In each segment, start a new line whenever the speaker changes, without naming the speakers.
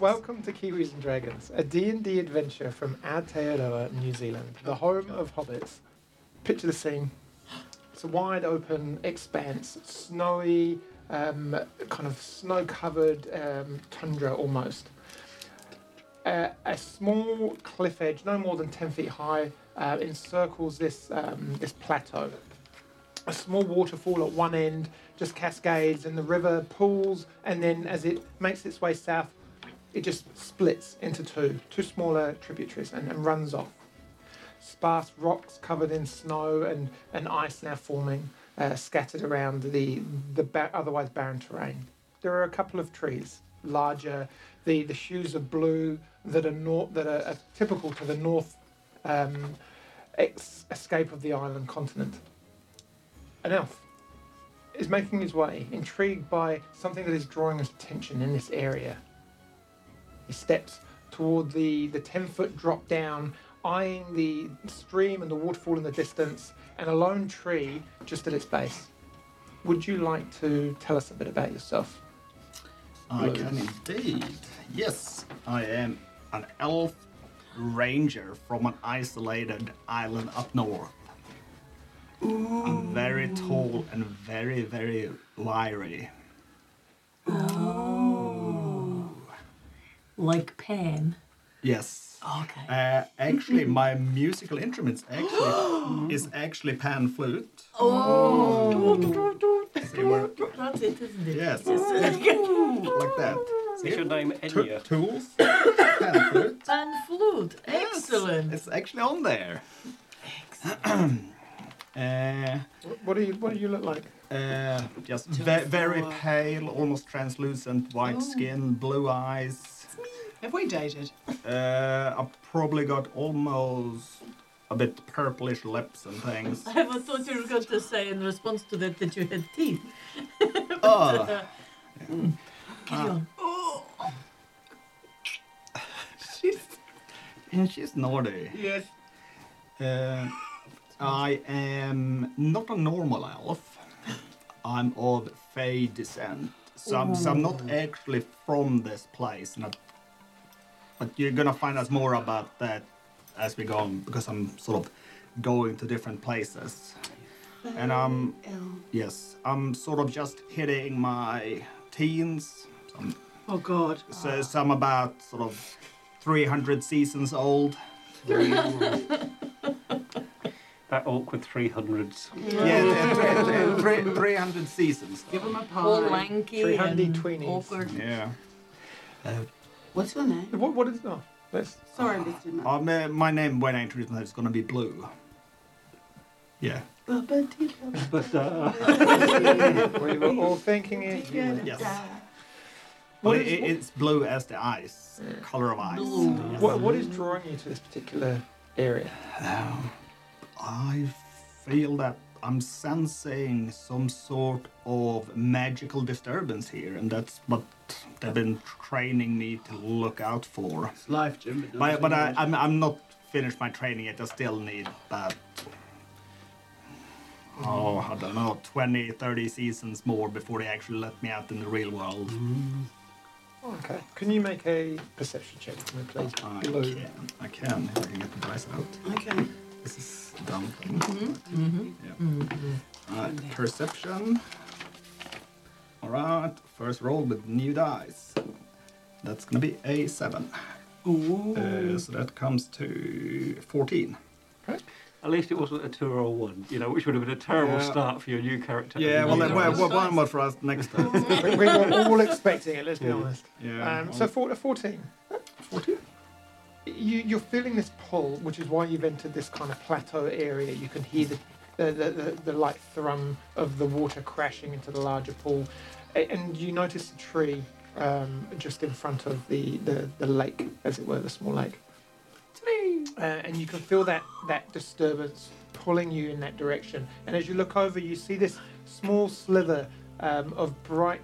Welcome to Kiwis and Dragons, a D&D adventure from Aotearoa, New Zealand, the home of hobbits. Picture the scene. It's a wide open expanse, snowy, um, kind of snow-covered um, tundra almost. Uh, a small cliff edge, no more than 10 feet high, uh, encircles this, um, this plateau. A small waterfall at one end just cascades, and the river pools, and then as it makes its way south, it just splits into two, two smaller tributaries, and, and runs off. Sparse rocks covered in snow and, and ice now forming, uh, scattered around the, the ba- otherwise barren terrain. There are a couple of trees, larger. The, the shoes are blue that are north, that are, are typical to the north um, ex- escape of the island continent. An elf is making his way, intrigued by something that is drawing his attention in this area. He steps toward the, the 10 foot drop down, eyeing the stream and the waterfall in the distance, and a lone tree just at its base. Would you like to tell us a bit about yourself?
I can indeed. Yes, I am an elf ranger from an isolated island up north. I'm very tall and very, very wiry.
Like Pan.
Yes.
Okay.
Uh, actually, my musical instruments actually is actually pan flute.
oh.
They were-
That's it, isn't it?
yes, like that.
Is your name
Tu-
Enya?
tools, pan flute.
Pan flute.
Yes,
Excellent.
It's actually on there. Excellent.
Wh- What do you What do you look like?
uh, uh, just ve- very
four.
pale, almost translucent, white skin, blue eyes.
Have we dated?
Uh, I probably got almost a bit purplish lips and things.
I was thought you were going to say in response to that that you had teeth.
oh,
Uh, Carry on.
she's and she's naughty.
Yes.
Uh, I am not a normal elf. I'm of Fey descent, so I'm, so I'm not actually from this place. And I, but you're gonna find out more about that as we go on, because I'm sort of going to different places. And I'm yes, I'm sort of just hitting my teens. So I'm,
Oh God.
so, so I'm about sort of 300 seasons old.
That awkward 300s.
Yeah, th- th- th- three- 300 seasons.
Give him a pie.
All lanky and
320s.
awkward.
Yeah.
What's your name?
What What is? Oh, that's
Sorry, Mr. Mark.
Um, uh, my name when I introduce myself is going to be Blue. Yeah.
Baba dee
But uh,
we were all thinking it. you were-
da
Yes.
da.
Well,
What
it,
is-
it- it's blue as the ice, color of ice.
Blue.
Yes.
What What is drawing you to this particular area?
I feel that I'm sensing some sort of magical disturbance here, and that's what they've been training me to look out for.
It's life, Jim. But,
But, but I, I'm, I'm not finished my training yet. I still need about, oh, I don't know, 20, 30 seasons more before they actually let me out in the real world.
Oh, Okay. Can you make a perception check for me, please?
I
Blue.
can. I can. If I can get the dice out.
Okay.
This is a dumb thing. Yeah. Alright, perception. Alright, first roll with new dice. That's gonna be a seven. Uh, so that comes to 14.
at least it wasn't a 2 or a 1, you know, which would have been a terrible
Yeah.
start for your new character.
Yeah, well,
Enya.
then, well, well, one more for us next time.
we, we were all expecting it. Let's be
Yeah.
honest.
Yeah.
Um, so for, 14.
14?
You, you're feeling this pull, which is why you've entered this kind of plateau area. You can hear the, the, the, the, the light thrum of the water crashing into the larger pool. A- And you notice a tree um, just in front of the, the, the lake, as it were, the small lake. Uh, and you can feel that, that disturbance pulling you in that direction. And as you look over, you see this small sliver um, of bright,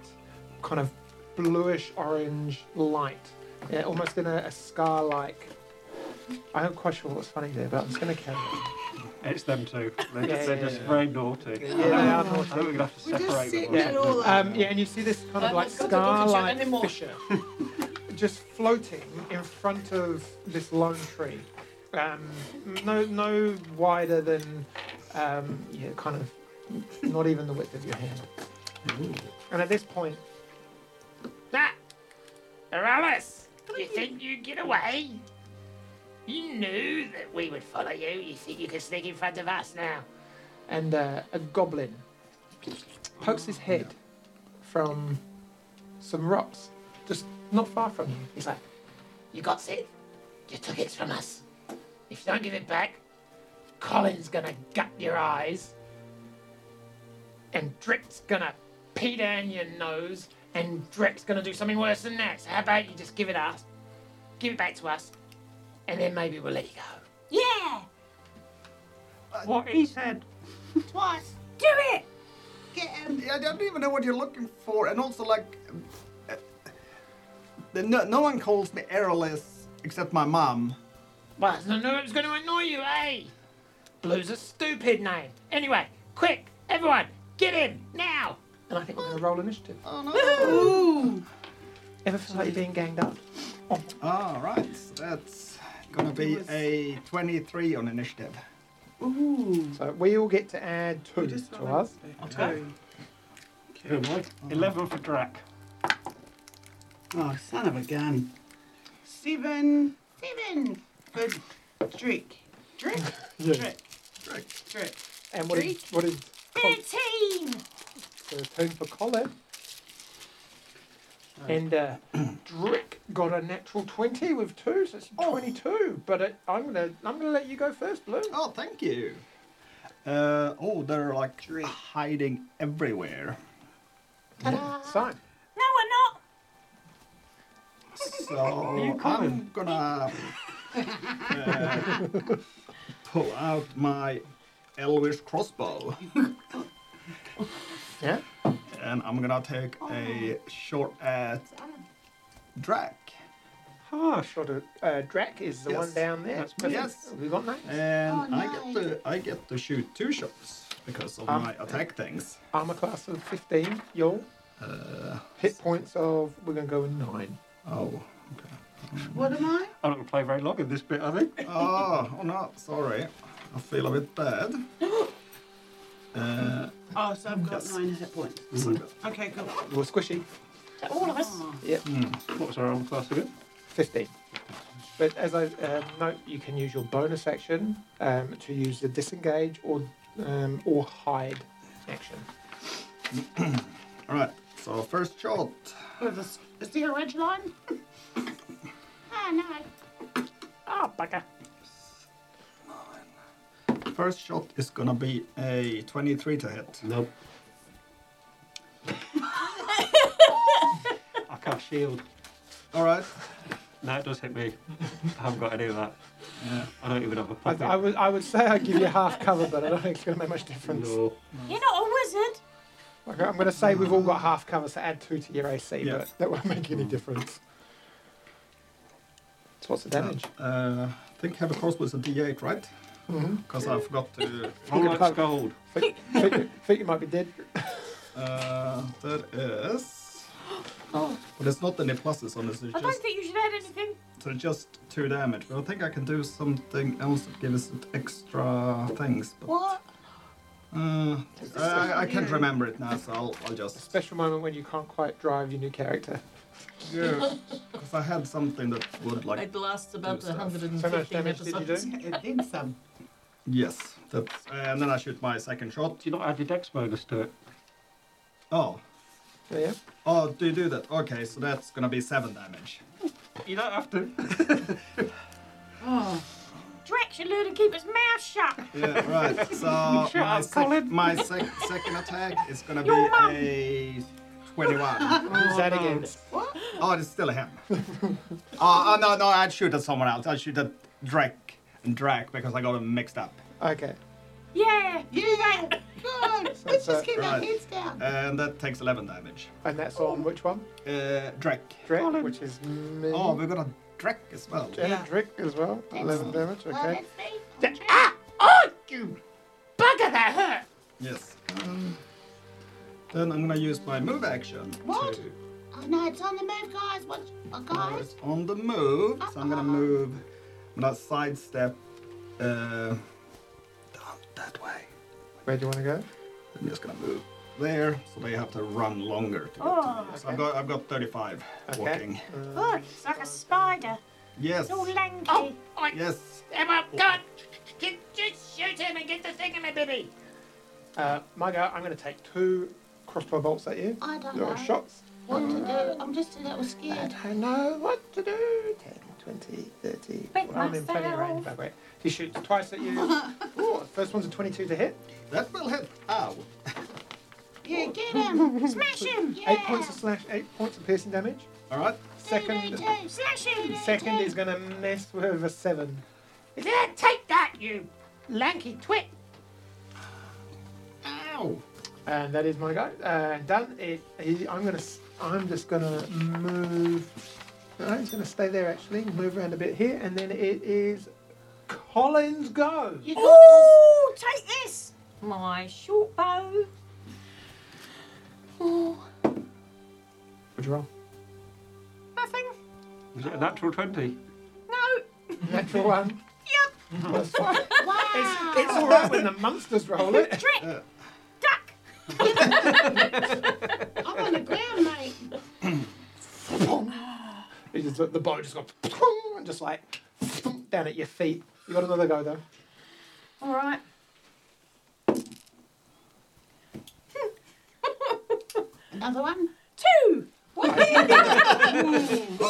kind of bluish orange light, yeah, almost in a, a scar like. I'm not quite sure what's funny there, but I'm just going to carry it.
It's them too. They're,
Yeah,
they're
yeah,
just
yeah.
very naughty.
Yeah, they are
I think we're going to have to
We're just
separate
sitting
them.
there all
Um, yeah, and you see this kind of
I'm
like
not gonna look at you
scar like
anymore.
fissure just floating in front of this lone tree. Um, no, no wider than um, yeah, kind of not even the width of your hand. And at this point,
Ah! Aramis! You think you'd get away? You knew that we would follow you. You think you can sneak in front of us now?
and uh, a goblin pokes his head from some rocks, just not far from you. He's like,
You got it? You took it from us. If you don't give it back, Colin's gonna gut your eyes, and Drick's gonna pee down your nose, and Drick's gonna do something worse than that. So how about you just give it us, give it back to us, and then maybe we'll let you go.
Yeah,
What he said.
twice. Do it.
Get him. I don't even know what you're looking for, and also like, uh, uh, no, no one calls me Airless except my mom.
Well, I didn't know it was going to annoy you, eh? Blue's a stupid name. Anyway, quick, everyone, get him now.
and I think we're going to roll initiative.
Oh no!
Ever feel like you're being ganged up?
All right, so that's gonna be a 23 on initiative.
Ooh.
So Uh, we all get to add two to us.
Two.
Who am I? 11 for Drac.
Oh, son of a gun. Seven.
Seven.
Good. Drink.
Drink.
Yeah.
Drink.
And what is what is Col-
Thirteen.
so turn for Colin? And uh, Drick got a natural twenty with two, so it's twenty-two. But it, I'm gonna I'm gonna let you go first, Blue.
Oh, thank you. Uh, oh, they're like hiding everywhere.
So
No, we're not.
So I'm
coming?
gonna uh, pull out my Elvish crossbow,
yeah,
and I'm gonna take a shot at Drac.
Ah, sh-
shot at uh, Drac is the one
Yes.
down there.
That's
Brilliant.
yes.
we got that.
And
Oh,
I get to I get to shoot two shots because of
Um,
my attack things.
Armor class of fifteen, y'all.
Uh,
Hit points of we're gonna go with nine.
oh, okay.
What am I?
I'm not going to play very long in this bit, I think.
Oh, oh no, sorry. I feel a bit bad. Uh,
Oh, so I've got
Yes.
nine hit points.
so-
Okay, cool.
Well, squishy.
All of us.
What's our own class again?
15. But as I um, note, you can use your bonus action um, to use the disengage or um, or hide action.
all right. So first shot.
With a s- a zero edge line?
Oh no.
Oh, bugger.
First shot is gonna be a 23 to hit.
Nope. I can't shield.
All right.
No, it does hit me. I haven't got any of that.
Yeah.
I don't even have a
I,
pocket.
I, would, I would say I give you half cover, but I don't think it's going to make much difference.
No.
You're not a wizard.
Like, I'm going to say we've all got half cover, so add two to your AC,
Yeah. Mm.
but that won't make any difference. So what's the damage?
Uh, I think have a crossbow is a D8, right?
Mm-hmm.
Because I forgot to.
All
Look at
that's
the-
gold.
Think, think, think you might be dead.
Uh, that is. But it's not any pluses on this. It's
Oh. I don't
just
think you should add anything.
so just two damage. But I think I can do something else that gives it extra things. But...
What?
Uh, I, I can't remember it now, so I'll, I'll just.
Special moment when you can't quite drive your new character.
Because I had something that would like.
It lasts about
stuff.
So much
115
damage did you do?
episodes.
It did some.
Yes, that's. and then I shoot my second shot.
Do you not add your dex bonus to it?
Oh,
Yeah.
oh, do you do that? Okay, so that's gonna be seven damage.
You don't have to.
Oh,
Drax, you to keep his mouth shut.
Yeah, right. So my,
up,
sec-
Colin.
my sec- second attack is gonna be
Your mum.
a twenty-one.
Who's that against?
Oh, it's still him. Oh, oh, no, no, I'd shoot at someone else. I'd shoot at Drake and Drake because I got them mixed up.
Okay.
Yeah. Do that.
So that's, uh,
Keep
Right.
our heads down.
And that takes eleven damage.
and that's on which one?
Uh, Drake.
Drek, which is me.
Oh, we got a Drek as well.
and
Yeah.
Drek as well. 11 damage,
Oh,
okay.
that's me.
Ah! Oh, you bugger, that hurt!
Yes. Um, then I'm gonna use my move action
What?
to
Oh no, it's on the move, guys. What, oh,
Now
guys?
it's on the move, so I'm gonna move. I'm gonna sidestep. Uh, down that way.
Where do you want to go?
I'm just gonna move there, so they have to run longer to get
Oh,
to me. So I've got I've got 35
Okay.
walking.
Look, it's like a spider.
Yes.
It's all lanky.
Oh, I.
Yes.
Emma, go on. Get, just shoot him and get the thingamabibby.
Uh, my go, I'm going to take two crossbow bolts at you.
I don't
Little
know
shots.
what to do. I'm just a little scared.
don't know what to do. 10, 20, 30.
Pick
Well, I'm in plenty of range, by the way. He shoots twice at you. Ooh, first one's a 22 to hit.
That will hit. Ow.
Yeah, get him.
Smash him!
Yeah.
Oh. Eight points of slash, eight points of piercing damage.
All right.
Second,
Two, two,
Slash him!
second is going to mess with a seven.
Yeah, take that, you lanky twit.
Ow.
And that is my go. Uh, done. It. He, I'm gonna. s- I'm just gonna move. No, I'm just gonna stay there actually. Move around a bit here, and then it is Colin's go.
You got
Ooh, take this! My short bow.
What'd you roll?
Nothing.
Was it a natural 20?
No.
Natural one.
Yep.
Plus one.
this. Wow.
It's all right when the monsters roll it.
Trick. Duck.
I'm on the ground, mate.
It just, the bow just got and just like down at your feet. You got another go though.
All right.
Another one.
Two.
Oh.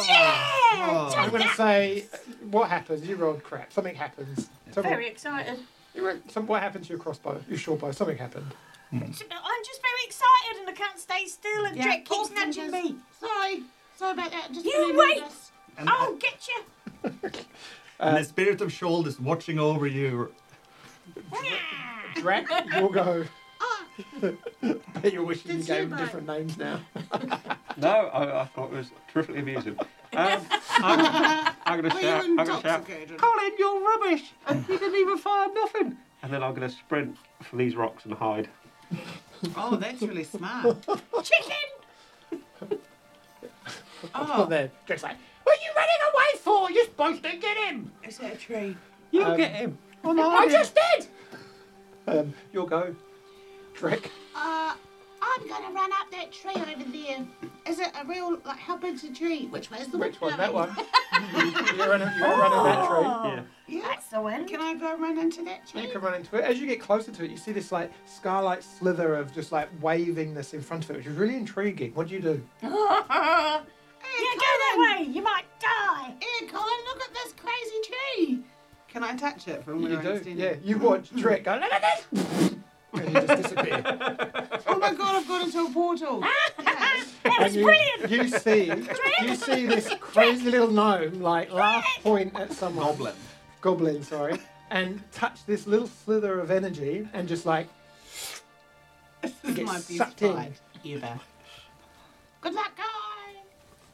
yeah.
I'm
Take
gonna
that.
say, what happens? You rolled crap. Something happens. So what-
Very excited.
you rolled- some, what happened to your crossbow? Your short bow? Something happened.
I'm just very excited and I can't stay still and
Yeah,
Jack
poor
keeps nudging
fingers.
me.
Sorry. Sorry about that. Just
You
really
wait.
nervous.
And,
I'll get you.
and the spirit of Shold is watching over you.
Drac, you'll go.
Ah,
Bet you're wishing you
Did you
gave them
buy-
different names now.
No, I, I thought it was terrifically amusing. Um, I'm, I'm going to
well, you're
shout, I'm going to shout,
intoxicated.
Colin, you're rubbish! You didn't even fire nothing! And then I'm going to sprint for these rocks and hide.
Oh, that's really smart.
Chicken.
Oh,
Oh,
there. Drac's like,
What are you running away for? You're supposed to get him.
is that a tree?
You
Um,
get him!
I just did.
um, you'll go. Drac.
Uh, I'm gonna run up that tree over there. Is it a real, like, how big's a tree? Which way's the
Which one?
wind
That
blowing?
one. you're running, you're running that
Yeah.
Yeah.
That's the one.
Can I go run into that
tree.
tree?
You can run into it. As you get closer to it, you see this like scarlet slither of just like wavingness in front of it, which is really intriguing. What do you do?
Hey,
Yeah, go that
Colin!
way. You might die.
Hey, Colin, look at this crazy tree. Can I touch it from
You do. Yeah, you watch Drac go. Look at this. And you just disappear.
Oh my god, I've got into a portal.
Ah!
Yes.
That was
And you,
brilliant.
you see, you see this crazy little gnome like laugh point at someone.
Goblin.
goblin, sorry, and touch this little slither of energy and just like
this is
Get
my best
sucked in.
fight ever. Good luck,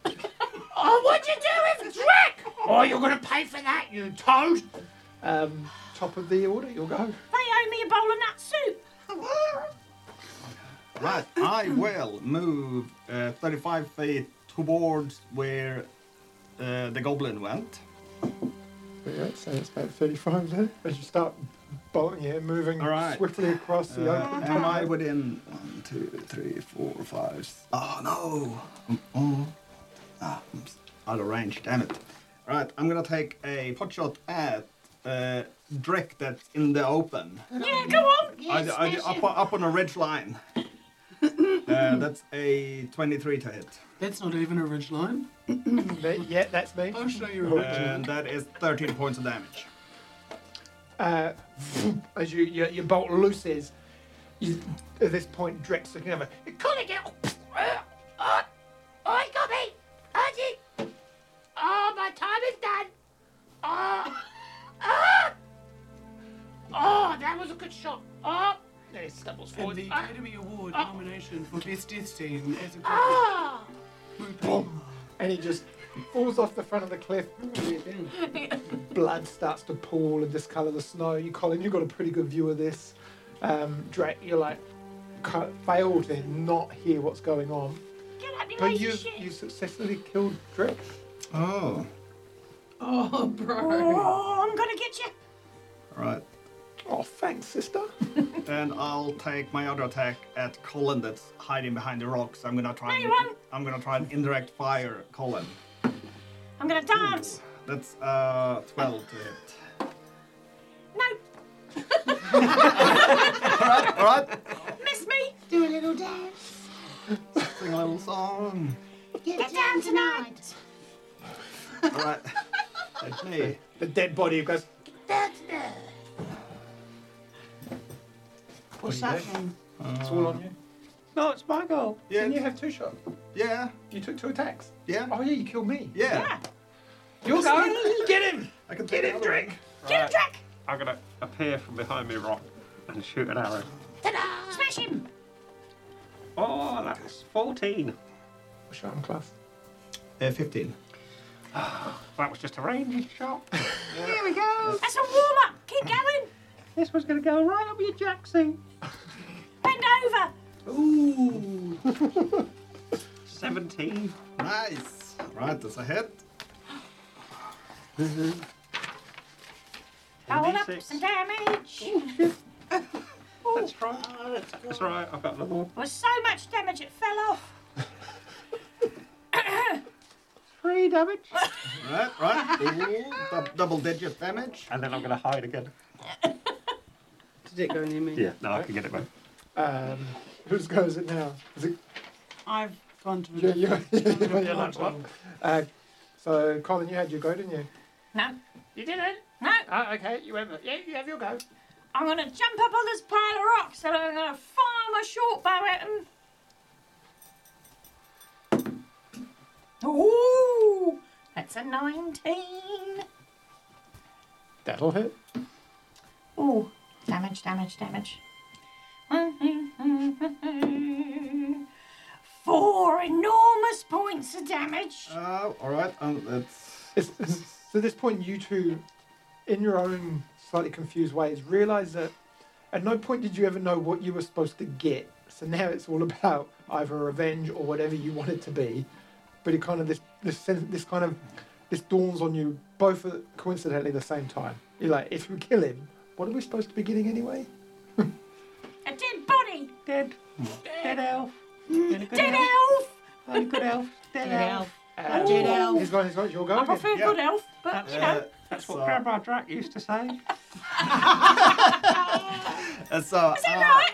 guys.
Oh, what'd you do with Drac? Oh, you're going to pay for that, you toad.
um, top of the order, you'll go.
They owe me a bowl of nut soup.
Right, I will move uh, 35 feet towards where uh, the goblin went.
Yeah, so it's about 35 there. As you start bolting it, moving
All right.
swiftly across the
Uh,
open.
am I within one, two, three, four, five? s- Oh no! I'm, oh, ah, I'm s- out of range. Damn it! Right, I'm gonna take a pot shot at uh, Drek that's in the open.
Yeah, go on.
I,
Yes,
I-
smash
up,
it.
up on a ridge line. uh, that's a 23 to hit,
That's not even a ridge line.
But yeah, that's me.
I'll show
Oh.
you a ridge line.
and that is 13 points of damage.
Uh, as you your, your bolt looses, you, at this point, Drex looking over.
You're going to get... Uh, uh, I got me. Archie. Oh, my time is done. Oh. Ah. Oh, that was a good shot. Oh. Then he stumbles
And
forward.
the
Ah.
Academy Award nomination for Best Death Team as a group.
Ah.
and he just falls off the front of the cliff. Blood starts to pool and discolor the snow. You, Colin, you got a pretty good view of this. Um, Drake, you're like, can't fail to not hear what's going on.
Get up,
But you you successfully killed Drek.
Oh,
Oh, bro.
Oh, I'm gonna get you.
right.
Oh, thanks, sister.
Then I'll take my other attack at Colin that's hiding behind the rocks. I'm gonna try.
No,
and,
you won't.
I'm gonna try and indirect fire at Colin.
I'm gonna dance.
That's uh 12 to hit.
No,
All right,
miss me.
Do a little dance.
sing a little song.
Get,
Get down tonight.
All right, that's me.
The dead body goes.
That's the. What's
What are
that
you
then?
It's all on you. No, it's my goal.
Yeah.
Didn't you have two shots?
Yeah,
You took two attacks.
yeah,
Oh yeah, you killed me.
yeah.
Your go. Get him.
I can
Get him, Drek.
Get him, Drac.
I'm gonna appear from behind me, rock, and shoot an arrow.
Smash him.
Oh, that's 14.
What's your arm class?
Uh, 15.
That was just a ranging shot.
Here we go.
That's a warm up. Keep going.
this was gonna go right up your jacksie.
Bend over.
Ooh.
17.
Nice. Right, that's a hit.
Hold up
1d6.
some damage.
That's right. That's right. I've got another one.
Was so much damage it fell off.
Three damage.
Right, right. Ooh, dou- double digit damage.
And then I'm gonna hide again.
Did it go near me?
Yeah, no, I can get it back.
Um, whose go is it now? Is it
I've gone to
you?
the
you, you, you not one. Uh, so Colin, you had your go, didn't you?
No,
You didn't.
no.
Oh, okay. You have. Yeah, you have your go.
I'm gonna jump up on this pile of rocks and I'm gonna fire my short bow at him. Ooh, that's a 19.
That'll hit.
Ooh, damage, damage, damage. Four enormous points of damage.
Uh, all right, um, that's
It's, it's, so at this point, you two, in your own slightly confused ways, realize that at no point did you ever know what you were supposed to get. So now it's all about either revenge or whatever you want it to be. But it kind of this this sense, this kind of this dawns on you both at coincidentally the same time. You're like, if we kill him, what are we supposed to be getting anyway?
A dead body.
Dead, dead elf, dead,
Dead elf.
good elf, dead,
elf.
Uh,
Dead elf.
He's gone. He's gone. You're going.
I prefer
Yeah. Uh,
good elf, but you know.
That's
so,
what Grandma Drac used to say.
uh, so, uh,
Right.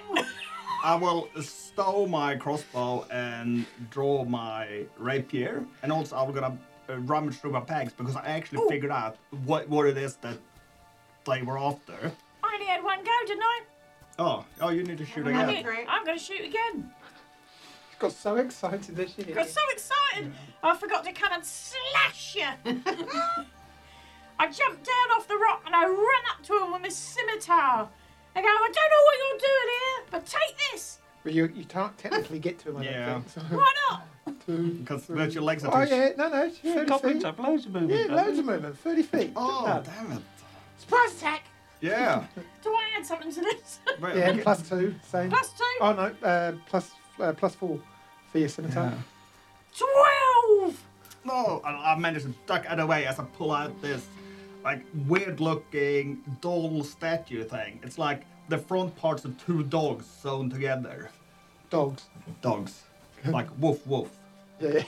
I will stow my crossbow and draw my rapier, and also I'm gonna uh, rummage through my bags because I actually figured out what what it is that they were after.
I only had one go, didn't I?
Oh, oh, you need to shoot
I
again.
did. I'm going to shoot again.
She got so excited that she.
got so excited I forgot to come and slash you. I jumped down off the rock and I ran up to him with my scimitar. I go, I don't know what you're doing here, but take this.
But you, you can't technically get to him, I
Yeah.
don't think. So,
Why not?
two,
Because
three.
with your legs are
Oh,
too sh-
yeah, no, no, it's 30 feet.
Goblins have loads of
Yeah,
movement.
loads of movement, 30 feet.
Oh,
Done.
damn it.
Surprise attack.
Yeah.
Do I add something to this?
Wait,
yeah,
okay.
plus two, same.
Plus two.
Oh, no, uh, plus, uh, plus four for your scimitar.
Yeah.
Twelve.
No, I, I managed to duck out of the way as I pull out this like weird looking doll statue thing. It's like the front parts of two dogs sewn together.
Dogs.
Dogs. Like woof woof.
Yeah.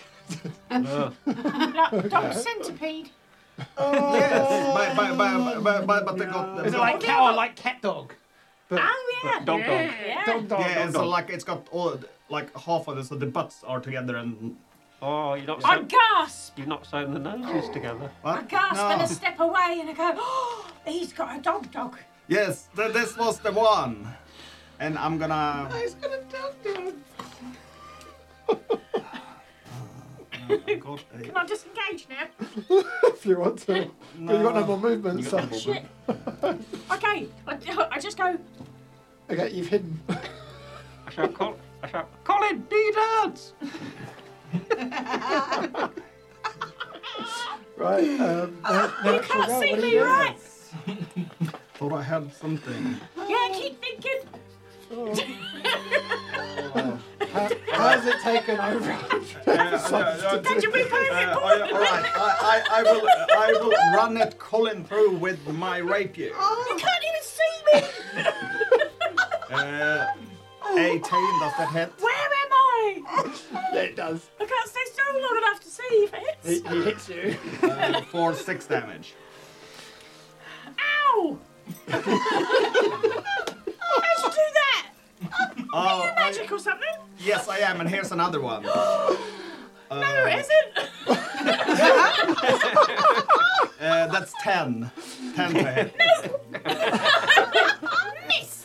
Like dog centipede.
Yes, but, but, but, but, but, but they got them.
cow or like cat dog?
Oh yeah.
Dog, dog.
Yeah.
Dog, dog,
yeah,
dog,
so
dog.
like it's got all like half of it, so the butts are together and
Oh, you're not,
I
sewn,
gasp.
you've not sewn the noses together.
what?
I gasp and
No.
I step away and I go, oh, he's got a dog dog.
Yes, th- this was the one. And I'm gonna. He's gonna talk to
Can I disengage now?
if you want to. But you've got no more movement, so.
Shit. okay. I, I just go.
Okay, you've hidden.
I shall call. I shall. Colin, do your dance!
right, um, now, now it's your
Can't
go. What are
see
you
me,
doing?
right?
Thought I had something.
Yeah, keep thinking.
How- how's hasn't taken over.
Did we pay
Uh, I, all right, I, I, I will I will run at Colin through with my rapier.
Oh, You can't even see me!
Uh, 18, does that hit?
Where am I?
it does.
I can't stay still long enough to see if it
He,
hits.
he hits you.
Uh, for 6 damage.
Ow! How'd you do that?
Oh, I,
Magic or something?
yes, I am, and here's another one.
No, it isn't.
Uh, that's 10. 10 to hit.
Missed.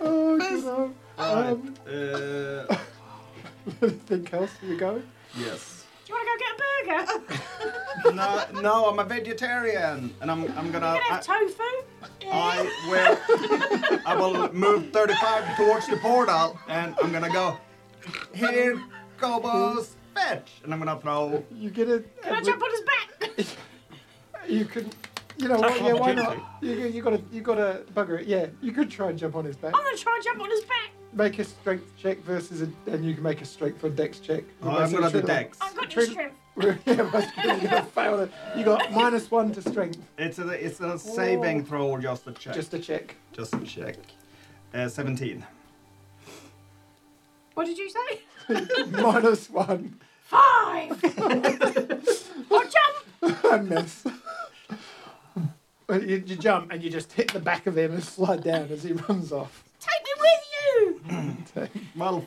Oh, good lord. Um,
Uh,
anything else? You go.
yes.
Do you want to go get a burger?
No, no, I'm a vegetarian, and I'm, I'm gonna.
You can have
I,
tofu.
I will. I will move 35 towards the portal, and I'm gonna go. Here, Gobos, fetch, and I'm gonna throw.
You get it.
Can I jump on his back?
You could. You know what? Yeah, why
opportunity.
not? You, you gotta, you gotta bugger it. Yeah, you could try and jump on his back.
I'm going to try and jump on his back.
Make a strength check versus, a, and you can make a strength for dex check.
Oh, I'm gonna do
Basically,
dex.
I've got no
Treat-
strength.
yeah, basically, you're gonna fail it. You got minus one to strength.
It's a it's a saving throw or Oh. just a check.
Just a check.
Just a check. Uh, 17.
What did you say?
minus one.
Five. or jump.
I miss. you, you jump and you just hit the back of him and slide down as he runs off.
Take me with you.
Well,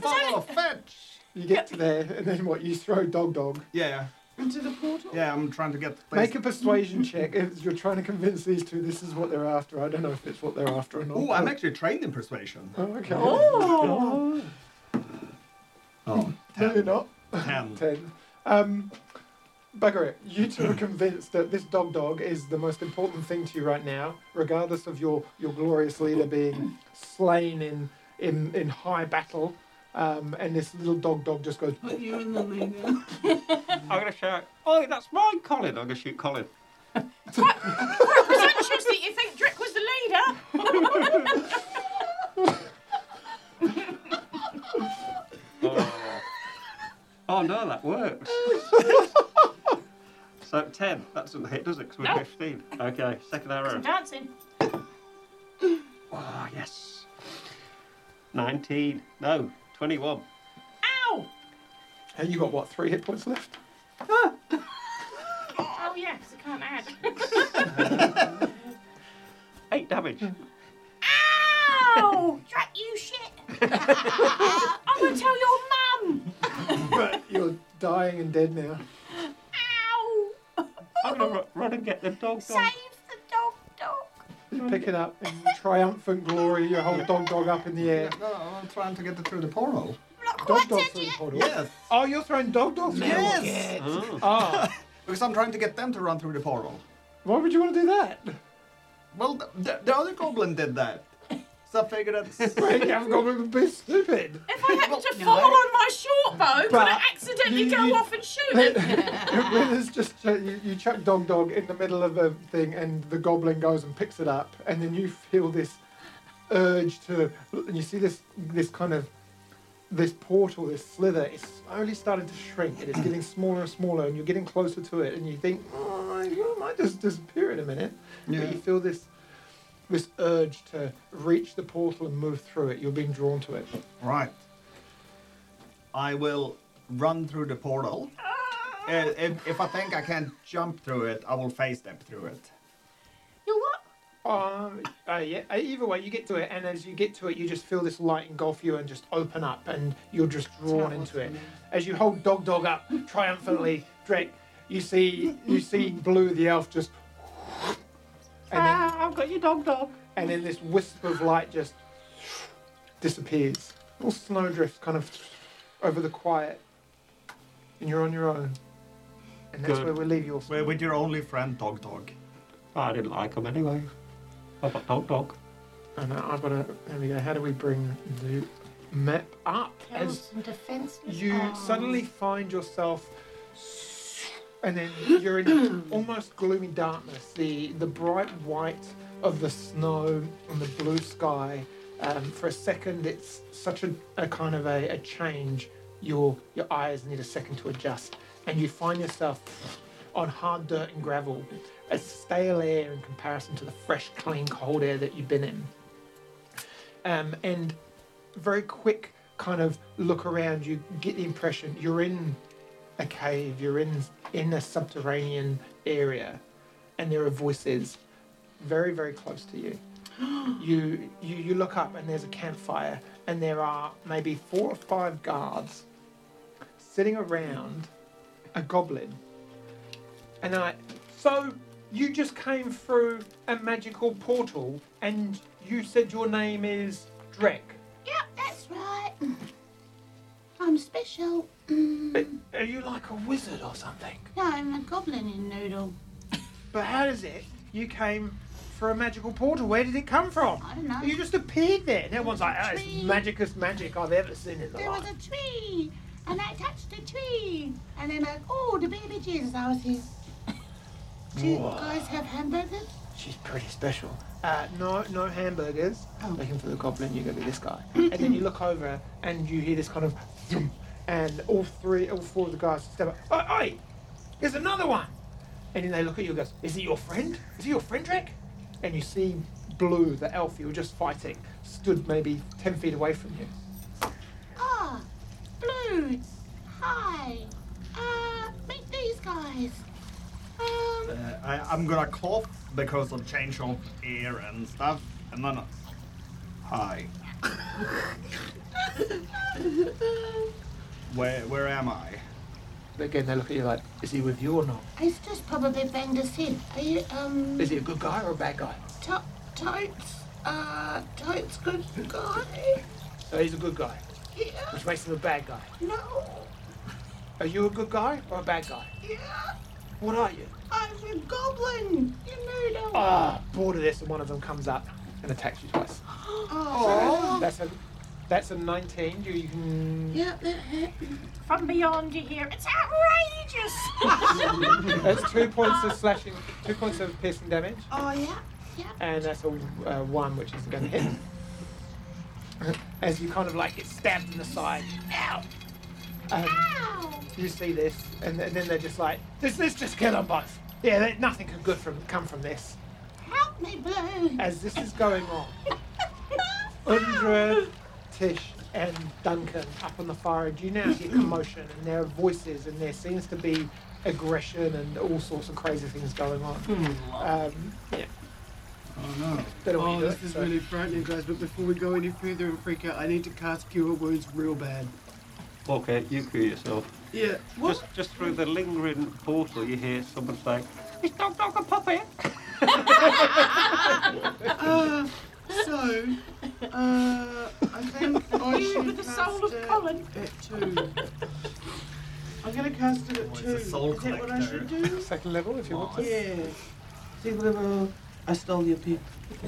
follow fetch.
You get to there, and then what? You throw dog dog.
Yeah,
Into the portal?
yeah. I'm trying to get. the place-
Make a persuasion check. If you're trying to convince these two this is what they're after. I don't know if it's what they're after or not.
Oh, I'm actually trained in persuasion.
Oh, okay.
Oh.
Oh,
No, you're not.
10.
Ten. Um, bugger it. You two are convinced that this dog dog is the most important thing to you right now, regardless of your, your glorious leader being slain in in, in high battle. Um, and this little dog dog just goes.
Put you in the leader.
I'm gonna shout, "Oh, that's mine, Colin!" I'm gonna shoot Colin.
Pretentious that you think Drick was the leader.
Oh, oh no, that works. so ten. That doesn't hit, does it? Because we're
No.
fifteen. Okay, second arrow.
I'm dancing.
Oh yes. Nineteen. No, twenty-one.
Ow.
And you got what? Three hit points left.
Oh, yeah, 'cause I can't add.
Eight damage.
Ow! Drat you shit! I'm gonna tell your mum!
But you're dying and dead now.
Ow!
I'm gonna ru- run and get the dog.
Save
dog.
the dog, dog!
You pick it up in triumphant glory. Your whole dog dog up in the air.
No, I'm trying to get it through the portal.
Not
Dog
quite
dog
dead
through the
yet.
portal.
Yes.
Oh, you're throwing dog dog through. the portal?
Yes.
Oh.
Ah,
Because I'm trying to get them to run through the portal.
why would you want to do that?
Well, the, the, the other goblin did that. So I figured it's.
Right, you haven't got to be stupid.
If I happen to fall on my short bow, could I
But
accidentally
you-
go
you-
off and shoot
It
it?
Riddler's just ch- you, you chuck dog dog in the middle of a thing, and the goblin goes and picks it up, and then you feel this urge to, and you see this this kind of this portal, this slither, is slowly starting to shrink. It is getting smaller and smaller, and you're getting closer to it, and you think, oh, you might just disappear in a minute. But you feel this this urge to reach the portal and move through it. You're being drawn to it.
Right. I will run through the portal. Uh, if, if I think I can't jump through it, I will face step through it.
You what?
Um, uh, yeah, uh, either way, you get to it, and as you get to it, you just feel this light engulf you and just open up, and you're just drawn into it. As you hold Dog Dog up triumphantly, Drake, you see you see Blue the elf just, and then,
Ah, I've got your dog dog.
and then this wisp of light just disappears. Little snowdrifts kind of over the quiet, and you're on your own. And that's
Good.
where we leave you.
Well, with your only friend, Dog Dog.
Ah, I didn't like him anyway. I've got dog dog.
And uh, I've got to. There we go. How do we bring the map up? As
Some defenseless
you
arms.
suddenly find yourself and then you're in almost gloomy darkness the the bright white of the snow and the blue sky Um, for a second, it's such a, a kind of a, a change. Your your eyes need a second to adjust, and you find yourself on hard dirt and gravel, a stale air in comparison to the fresh, clean, cold air that you've been in. Um, and very quick kind of look around, you get the impression you're in a cave, you're in in a subterranean area, and there are voices very, very close to you. you, you you look up and there's a campfire, and there are maybe four or five guards sitting around a goblin. And I, so you just came through a magical portal, and you said your name is Drek.
Yep, that's right. I'm special.
But Are you like a wizard or something?
No, I'm a goblin in Noodle.
But how does it? You came for a magical portal. Where did it come from?
I don't know.
You just appeared there, and everyone's like, oh, it's
Tree.
magicest magic I've ever seen in the
There was
life.
a tree, and I touched the tree, and then like, oh, the baby Jesus, I was here. Do you
Whoa.
guys have hamburgers?
She's pretty special. Uh, no, no hamburgers. Looking for the goblin, you go to this guy, and then you look over and you hear this kind of, zoom, and all three, all four of the guys step up. Oi, oi! There's another one. And then they look at you and goes, "Is he your friend? Is he your friend, Drake?" And you see Blue, the elf you were just fighting, stood maybe ten feet away from you.
Ah, blues. Hi. Uh, meet these guys. Um,
Uh, I, I'm gonna cough because of change of air and stuff, and then. Hi. where where am I?
Again, they look at you like, "Is he with you or not?
it's just probably banged us in. Are you, um,
Is he a good guy or a bad guy?"
to- totes? Uh, totes good guy?
So he's a good guy,
Yeah,
which makes him a bad guy.
no,
Are you a good guy or a bad guy?
yeah.
What are you?
I'm a goblin. You Noodle.
Ah, bored of this, and one of them comes up and attacks you twice.
Oh.
That's a that's a 19. You, you can.
Yeah, that hit.
From beyond you hear, it's outrageous!
That's two points of slashing, two points of piercing damage,
Oh, yeah.
and that's a uh, one, which is going to hit. As you kind of like get stabbed in the side. Ow! Um,
Ow.
you see this, and, and then they're just like, "This, this just kill them both." Yeah, there- nothing could good from come from this.
Help me, Blue.
As this is going on, Undra, Tish, and Duncan up on the fire, and you now hear commotion, and there are voices, and there seems to be aggression and all sorts of crazy things going on. Um, yeah,
Oh no.
don't know what
Oh,
you're
this
doing,
is
so-
really frightening, guys. But before we go any further and freak out, I need to cast Cure Wounds real bad.
Okay, you cure yourself.
Yeah. What?
Just, just through the lingering portal, you hear someone say,
it's not like a puppet.
Uh, so, uh, I think I
You
should
with the
cast
soul of
it
Colin.
at two. I'm gonna cast it
Oh,
at
Well,
two.
it's a soul
is that what I
collector.
should do?
Second level, if you want to.
yeah. See whatever. I stole your pick.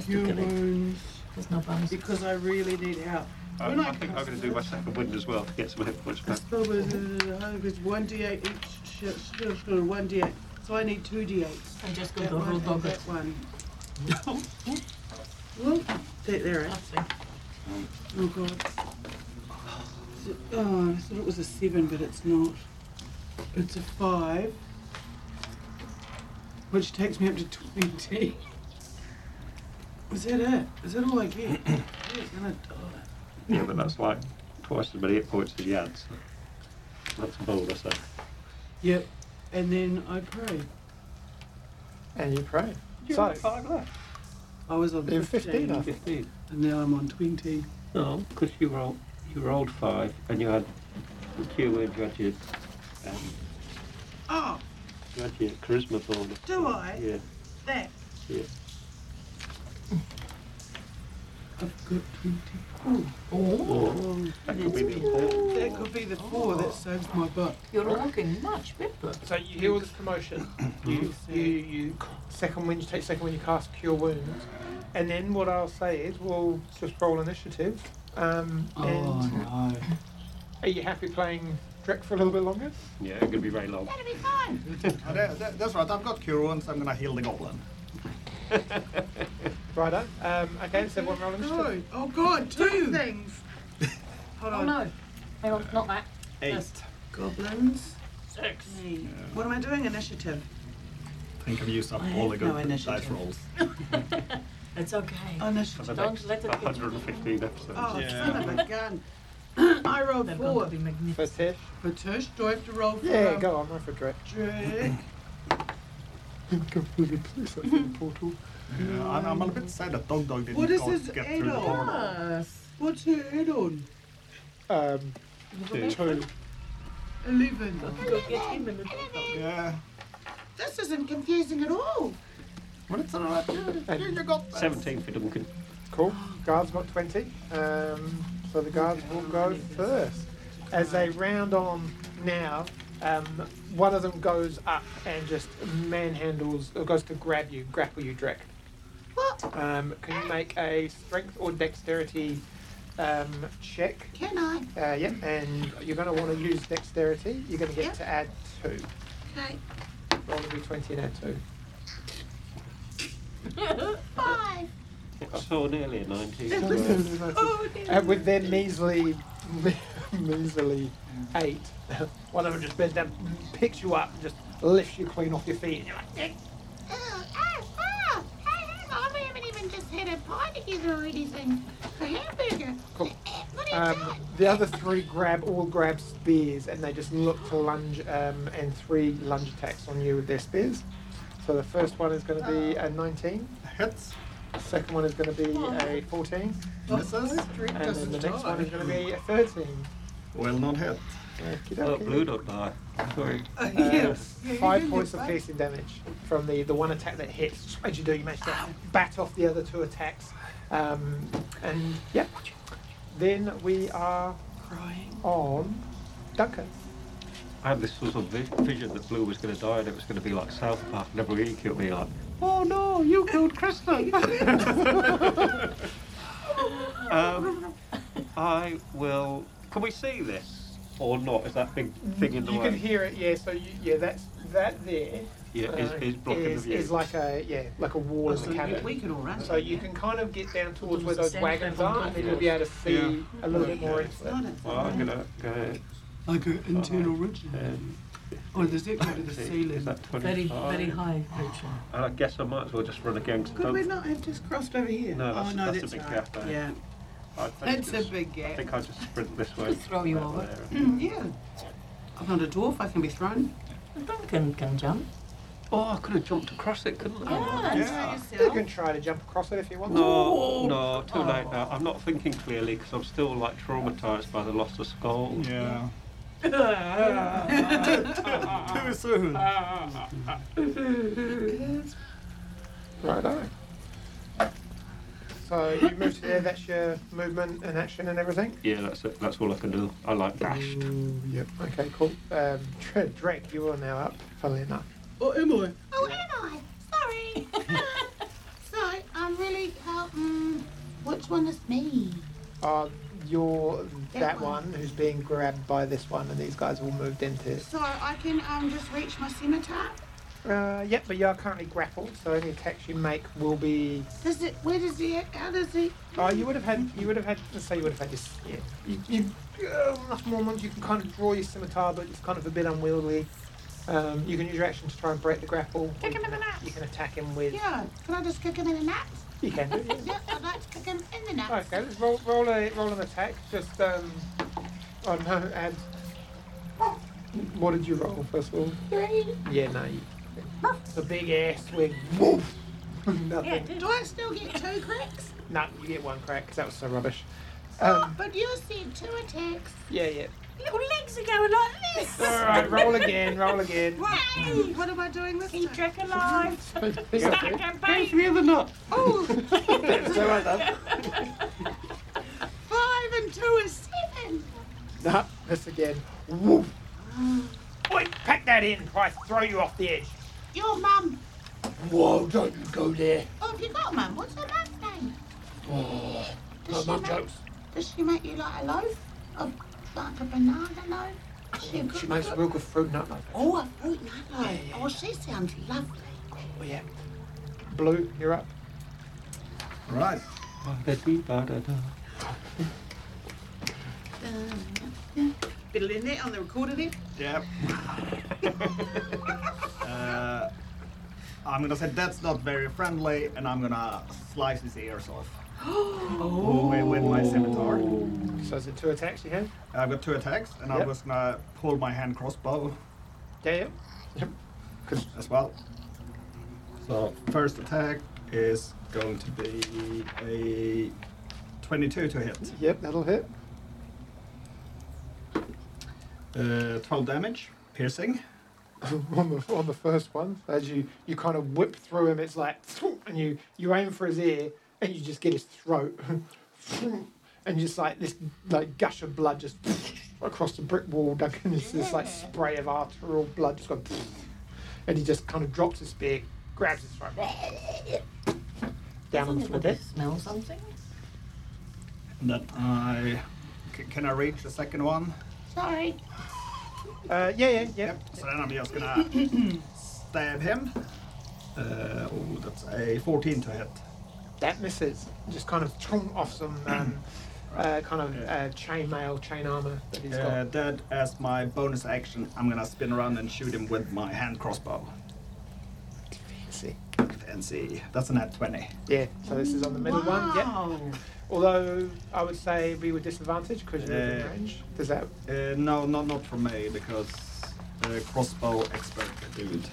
Cure Wounds
There's no bonus.
because I really need help.
I,
When
"Oh, I think I'm
cast
going to do my
this,
second wind as well to get some hit points back.
Spell wizard at home is one d8 each. Shit, still, still one d8. So I need two d8s.
I'm just going
That
to roll
one and
dog
that
it.
one. Well, that there. eh? Oh god. So- Oh, I thought it was a seven, but it's not. It's a five, which takes me up to twenty. Is that it? Is that all I get? Yes, and I die.
Yeah, but that's like twice as many hit points as you had. So that's a boulder, so.
Yep. And then I pray.
And you pray. So,
left.
I was on
You're 15, I
15,
think.
15.
and now I'm on 20.
No, because you rolled, you rolled five and you had the cure word, you had your, um,
Oh,
you had your charisma bonus.
Do I?
Yeah,
that.
yeah.
I've got 20.
Oh,
Oh,
That could be the important.
that could be the four. That saves my butt.
you're looking much better.
so you hear all this commotion. you, you, you, second when you take second when you cast Cure Wounds, and then what I'll say is we'll just roll initiative. Um,
Oh
and
no.
are you happy playing Drek for a little bit longer?
Yeah, it's going to be very long.
That'll be fine.
Uh, that's right. I've got cure wounds. I'm gonna heal the goblin.
Righto. Um, okay, so everyone rolling strength.
Good. Oh god, two things. Hold
Oh
on.
no. Hang on, not that.
Eight.
Goblins.
Six.
Me. What am I doing? Initiative.
I think I've used up
I
all the
have
good
no
dice
initiative.
rolls.
It's okay.
for
Oh, Initiative.
the
Don't
next
let it get you
115 episodes.
Oh,
Yeah.
son of a gun. I rolled
They're going
four.
to be magnificent.
For Tish?
For Tish, do I have to roll for
Yeah,
um,
Uh, go on, roll for Drake.
Drake?
Go for the police, I think, portal.
Yeah, I'm, I'm a little bit sad that Dog Dog didn't
What is
go-
his
get through the
anal?
portal.
Yes.
What's her head on?
Um, two.
Eleven.
Go get him in the
Yeah.
This isn't confusing at all.
Well, it's alright. You, you, you got this.
17 for Duncan.
Cool. Guards got 20. Um, so the guards will go first. As they round on now, um, one of them goes up and just manhandles, or goes to grab you, grapple you, Drek.
What?
Um, can you make a strength or dexterity um, check?
Can I?
Uh, yep, and you're going to want to use dexterity. You're going to get
Yep.
to add two.
Okay.
Roll a d20 and add two.
Five.
So nearly a 19.
And with their measly, me- measly eight, one of them just bends down, picks you up, and just lifts you clean off your feet, and you're like,
Ew, ah, ah. Hey, hang on. We haven't even just had a pie together or anything. A hamburger.
Cool.
Eh, What are you
Um,
doing?
the other three grab all grab spears and they just look to lunge um, and three lunge attacks on you with their spears. So the first one is going to be a 19,
Hits.
the second one is going to be a 14,
Misses.
Drake
and then
doesn't
the next one is
die.
going to be a 13.
Well, not hit.
Okie
Oh,
dokie.
blue dot die. Sorry.
Uh,
Uh,
yes. Yeah, you
Five
can do
points of
both.
piercing damage from the, the one attack that hits. As you do, you manage to bat off the other two attacks. Um, and yeah, then we are
Crying.
on Duncan.
I had this sort of vi- vision that blue was going to die and it was going to be like South Park, never really killed me. Like,
Oh no, you killed Krista.
um, I will. Can we see this or not? Is that big thing in the
you
way?
can hear it, yeah. So you, yeah, that's that there.
yeah,
uh,
is, is blocking
is-
the view.
is like a yeah, like a wall as a
we, Oh, we
cabin.
could all run.
So you can kind of get down towards where
There's a
those
sand
wagons
trap on
are,
top
and then
of
you'll be able to see
Yeah.
a little bit
Okay.
more into it.
Not at
well, I'm going to go.
Like an internal ridge.
Um,
Oh, does it go to the
see,
ceiling?
Is that 25?
Very, very high.
And I guess I might as well just run again. 'cause I
Could we
don't-
not have just crossed over here?
No, that's-
oh, no,
that's a
that's
big
right.
gap there.
Yeah.
I think
That's a
just-
big
I
gap.
think I'll just sprint this way.
Just throw you
Out
over.
there.
Mm, yeah. I'm not a dwarf, I can be thrown.
Duncan can jump.
Oh, I could have jumped across it, couldn't I?
Yeah.
You can try to jump across it if you want.
No, no, too late
Oh.
now. I'm not thinking clearly because I'm still like traumatized by the loss of skull.
Yeah. Too soon.
Righto. So you move to there, that's your movement and action and everything?
Yeah, that's it. That's all I can do. I like dashed.
Yep. Okay, cool. Um, Dre- Drake, you are now up, funnily enough.
Or am I?
Oh, am I? Sorry. so I'm really. Uh, mm, which one is me?
Uh, you're that,
That
one.
one.
who's being grabbed by this one, and these guys all moved into it.
So I can um, just reach my scimitar.
Uh, yep, but you are currently grappled, so any attacks you make will be.
Does it? Where does he? How does he?
Uh, you would have had, you would have had, let's say you would have had this. Yeah, you, you, uh, last moment you can kind of draw your scimitar, but it's kind of a bit unwieldy. Um, you can use your action to try and break the grapple.
Kick
You
him in
can-
the nuts.
You can attack him with.
Yeah. Can I just kick him in the nuts?
You can. do, yeah.
Yeah, I'd like to kick him in the nuts.
Okay, let's roll, roll a roll an attack. Just um, oh no, add. What did you roll first of all?
Three.
Yeah, no. You, the big ass with woof.
Yeah,
Nothing.
it did.
Do I still get two cracks?
No, you get one crack 'cause that was so rubbish.
Oh,
Um,
but you said two attacks.
yeah, yeah.
Little legs are going like this.
All right, roll again, roll again.
Hey, what am I doing this
Keep
time?
Drake alive. Stack
That's
and bait.
the other nut.
Oh,
so well done.
five and two is seven.
No, miss again. Woof. Oi, pack that in, or I throw you off the edge.
Your mum.
Whoa, don't you go there.
Oh, have you got mum? What's her mum's name?
Oh,
Does
no
she make,
jokes.
does she make you like a loaf? Of, like a banana loaf? Is she, a
Oh, She
good
makes
cook?
real good fruit nut like that.
Oh, a fruit nut loaf. Oh, she sounds lovely.
Oh yeah. Blue, you're up.
Right.
Bit of in there on the recorder there.
Yep. uh, I'm gonna say that's not very friendly, and I'm gonna slice his ears off. oh. With, with my scimitar.
Oh.
So is it two attacks you have?
I've got two attacks, and
Yep.
I'm just gonna pull my hand crossbow
Yeah, yeah.
as well. So first attack is going to be a 22 to hit,
Yep, that'll hit.
uh, 12 damage, piercing.
on the on the first one, as you you kind of whip through him, it's like, and you you aim for his ear, and you just get his throat, and just like this like gush of blood just across the brick wall, like, and it's this like spray of arterial blood just going, and he just kind of drops his spear, grabs his throat, down onto the deck.
Smell something?
And then I c- can I reach the second one?
Sorry.
Uh, yeah, yeah, yeah.
So then I'm just gonna stab him. Uh, oh, that's a 14 to hit.
That misses. Just kind of chunk off some um, uh, kind of uh, chain mail, chain armor that he's got.
Uh, that as my bonus action, I'm gonna spin around and shoot him with my hand crossbow.
Fancy.
Fancy. That's an at 20.
Yeah, so this is on the middle one. Yeah. Although I would say we were disadvantaged because you're within
Uh,
range. Does that?
Uh, no, not not for me because uh, crossbow expert dude.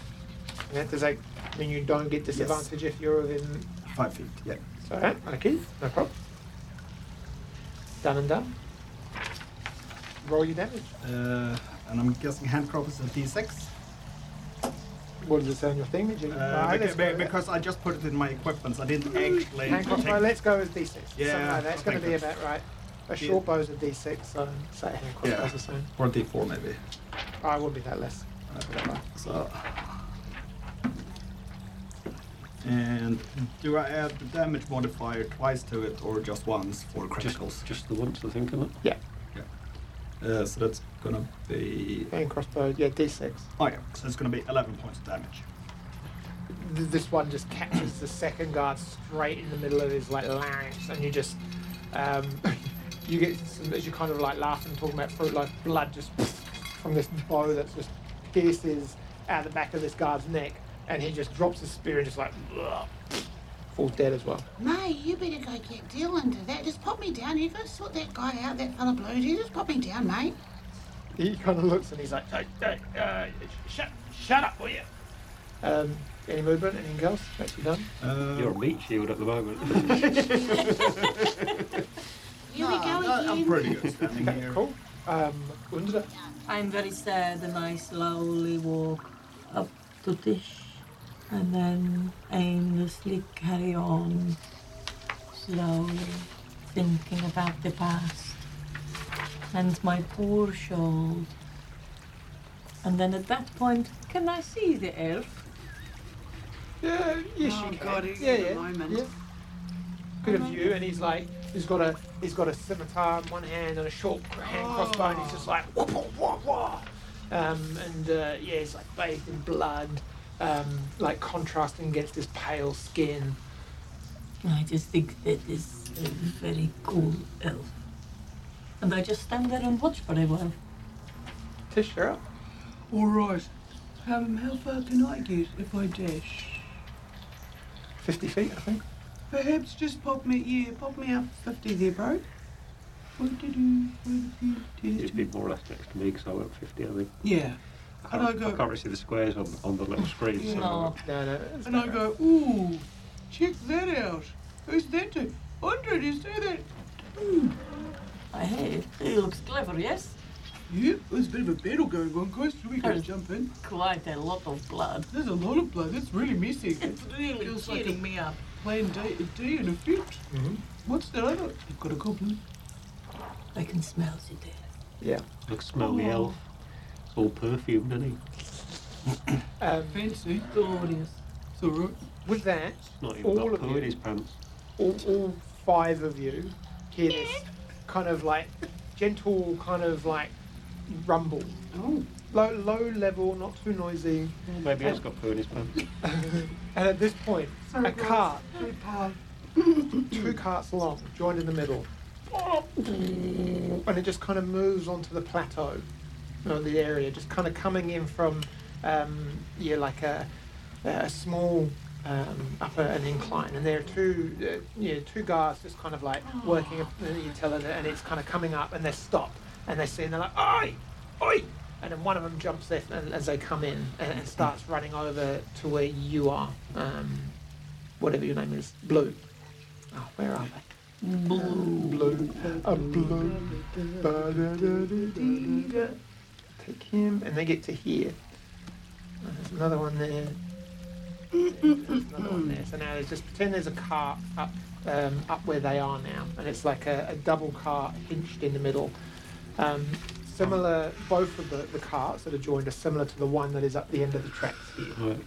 yeah, Does that mean you don't get disadvantage if you're within?
Five feet. Yeah.
It's all right. Okay. No problem. Done and done. Roll your damage.
Uh, and I'm guessing hand crossbow is a d6.
What does it say on your thing? Did you?
Uh,
let's
because,
go with that.
because I just put it in my equipment. I didn't actually.
Hand
take-
crossbow. Let's go with d6. Something
Yeah,
like that's
I
going to
think
be
that's-
about right. A short bow's a d6, so say hand crossbow's
Yeah.
the same.
Or a d4 maybe.
I wouldn't be that less.
So. And do I add the damage modifier twice to it or just once for criticals?
Just, just the once, I think, isn't it?
Yeah.
Uh, so that's gonna be.
Hand crossbow. Yeah, d6.
Oh yeah, so it's gonna be 11 points of damage.
th- this one just catches the second guard straight in the middle of his like larynx, and you just um, you get some, as you kind of like laughing talking about fruit like blood just from this bow that's just pierces out the back of this guard's neck, and he just drops his spear and just like falls dead as well.
May, you better go get Dylan to that. Just pop me down. You go sort that guy out, that fella blue. You just pop me down, mate.
He kind of looks and he's like, hey, hey, uh, sh- shut, shut up, will you? Um, any movement? Anything else? That's you done.
Uh,
You're a meat shield at the moment.
Here we go again.
I'm pretty good standing here.
Cool. Um, Undra.
I'm very sad and I slowly walk up to Tish and then aimlessly carry on, slowly thinking about the past and my poor shoulder. And then at that point, can I see the elf?
Yeah, yes,
Oh,
you can.
God, he's
yeah,
in the
yeah,
moment.
yeah. Good of you, and he's like, he's got a, he's got a scimitar in one hand and a short hand
Oh.
crossbow, and he's just like, wah, wah, wah, wah. Um, and uh, yeah, he's like bathed in blood, um, like contrasting against his pale skin.
I just think that is a very cool elf. And I just stand there and watch for a while.
Tish, you're up.
All right. Um, how far can I get if I dash?
50 feet, I think.
Perhaps just pop me, yeah, pop me up 50 there, bro. Where did you, where did you, did
You'd
it-
be more or less next to me because I went 50, I think.
Yeah.
I
And I
can't, I
go,
can't really see the squares on, on the little screen. So
No.
No, no. it's
And I
about
go, ooh, check that out. Who's that to? Andre, do you see that?
I hey, he looks clever, yes?
Yep, there's a bit of a battle going on, guys. Should we go
There's-
jump in?
Quite a lot of blood.
There's a lot of blood. That's really messy.
It's really
Feels like
cheering
a-
me up.
Plan D, D in effect.
Mhm.
What's that other? I've got a goblin.
I can smell the death.
Yeah.
I can smell the elf. It's all perfumed, isn't he?
Um,
Fancy.
Glorious.
It's all right.
with that,
It's not even
All
got
of
poo
you.
in his pants.
all, all five of you hear this kind of like gentle kind of like rumble.
Oh.
Low, low level, not too noisy.
Maybe he has got poo in his pants.
And at this point, a cart two carts long, joined in the middle. And it just kind of moves onto the plateau, or the area, just kind of coming in from, um, yeah, like a, a small um, up a, an incline. And there are two, uh, yeah, two guards just kind of like working, up- and you tell it, and it's kind of coming up, and they stop, and they see, and they're like, oi, oi! And then one of them jumps there and- as they come in and, and starts running over to where you are, um, whatever your name is, Blue. Oh, where are they? Blue. A blue. Ba-da-da-da-da-da. Take him, and they get to here. And there's another one there. There's another one there. So now there's just pretend there's a cart up um, up where they are now, and it's like a, a double cart hinged in the middle. Um, similar, both of the, the carts that are joined are similar to the one that is up the end of the tracks here.
Right.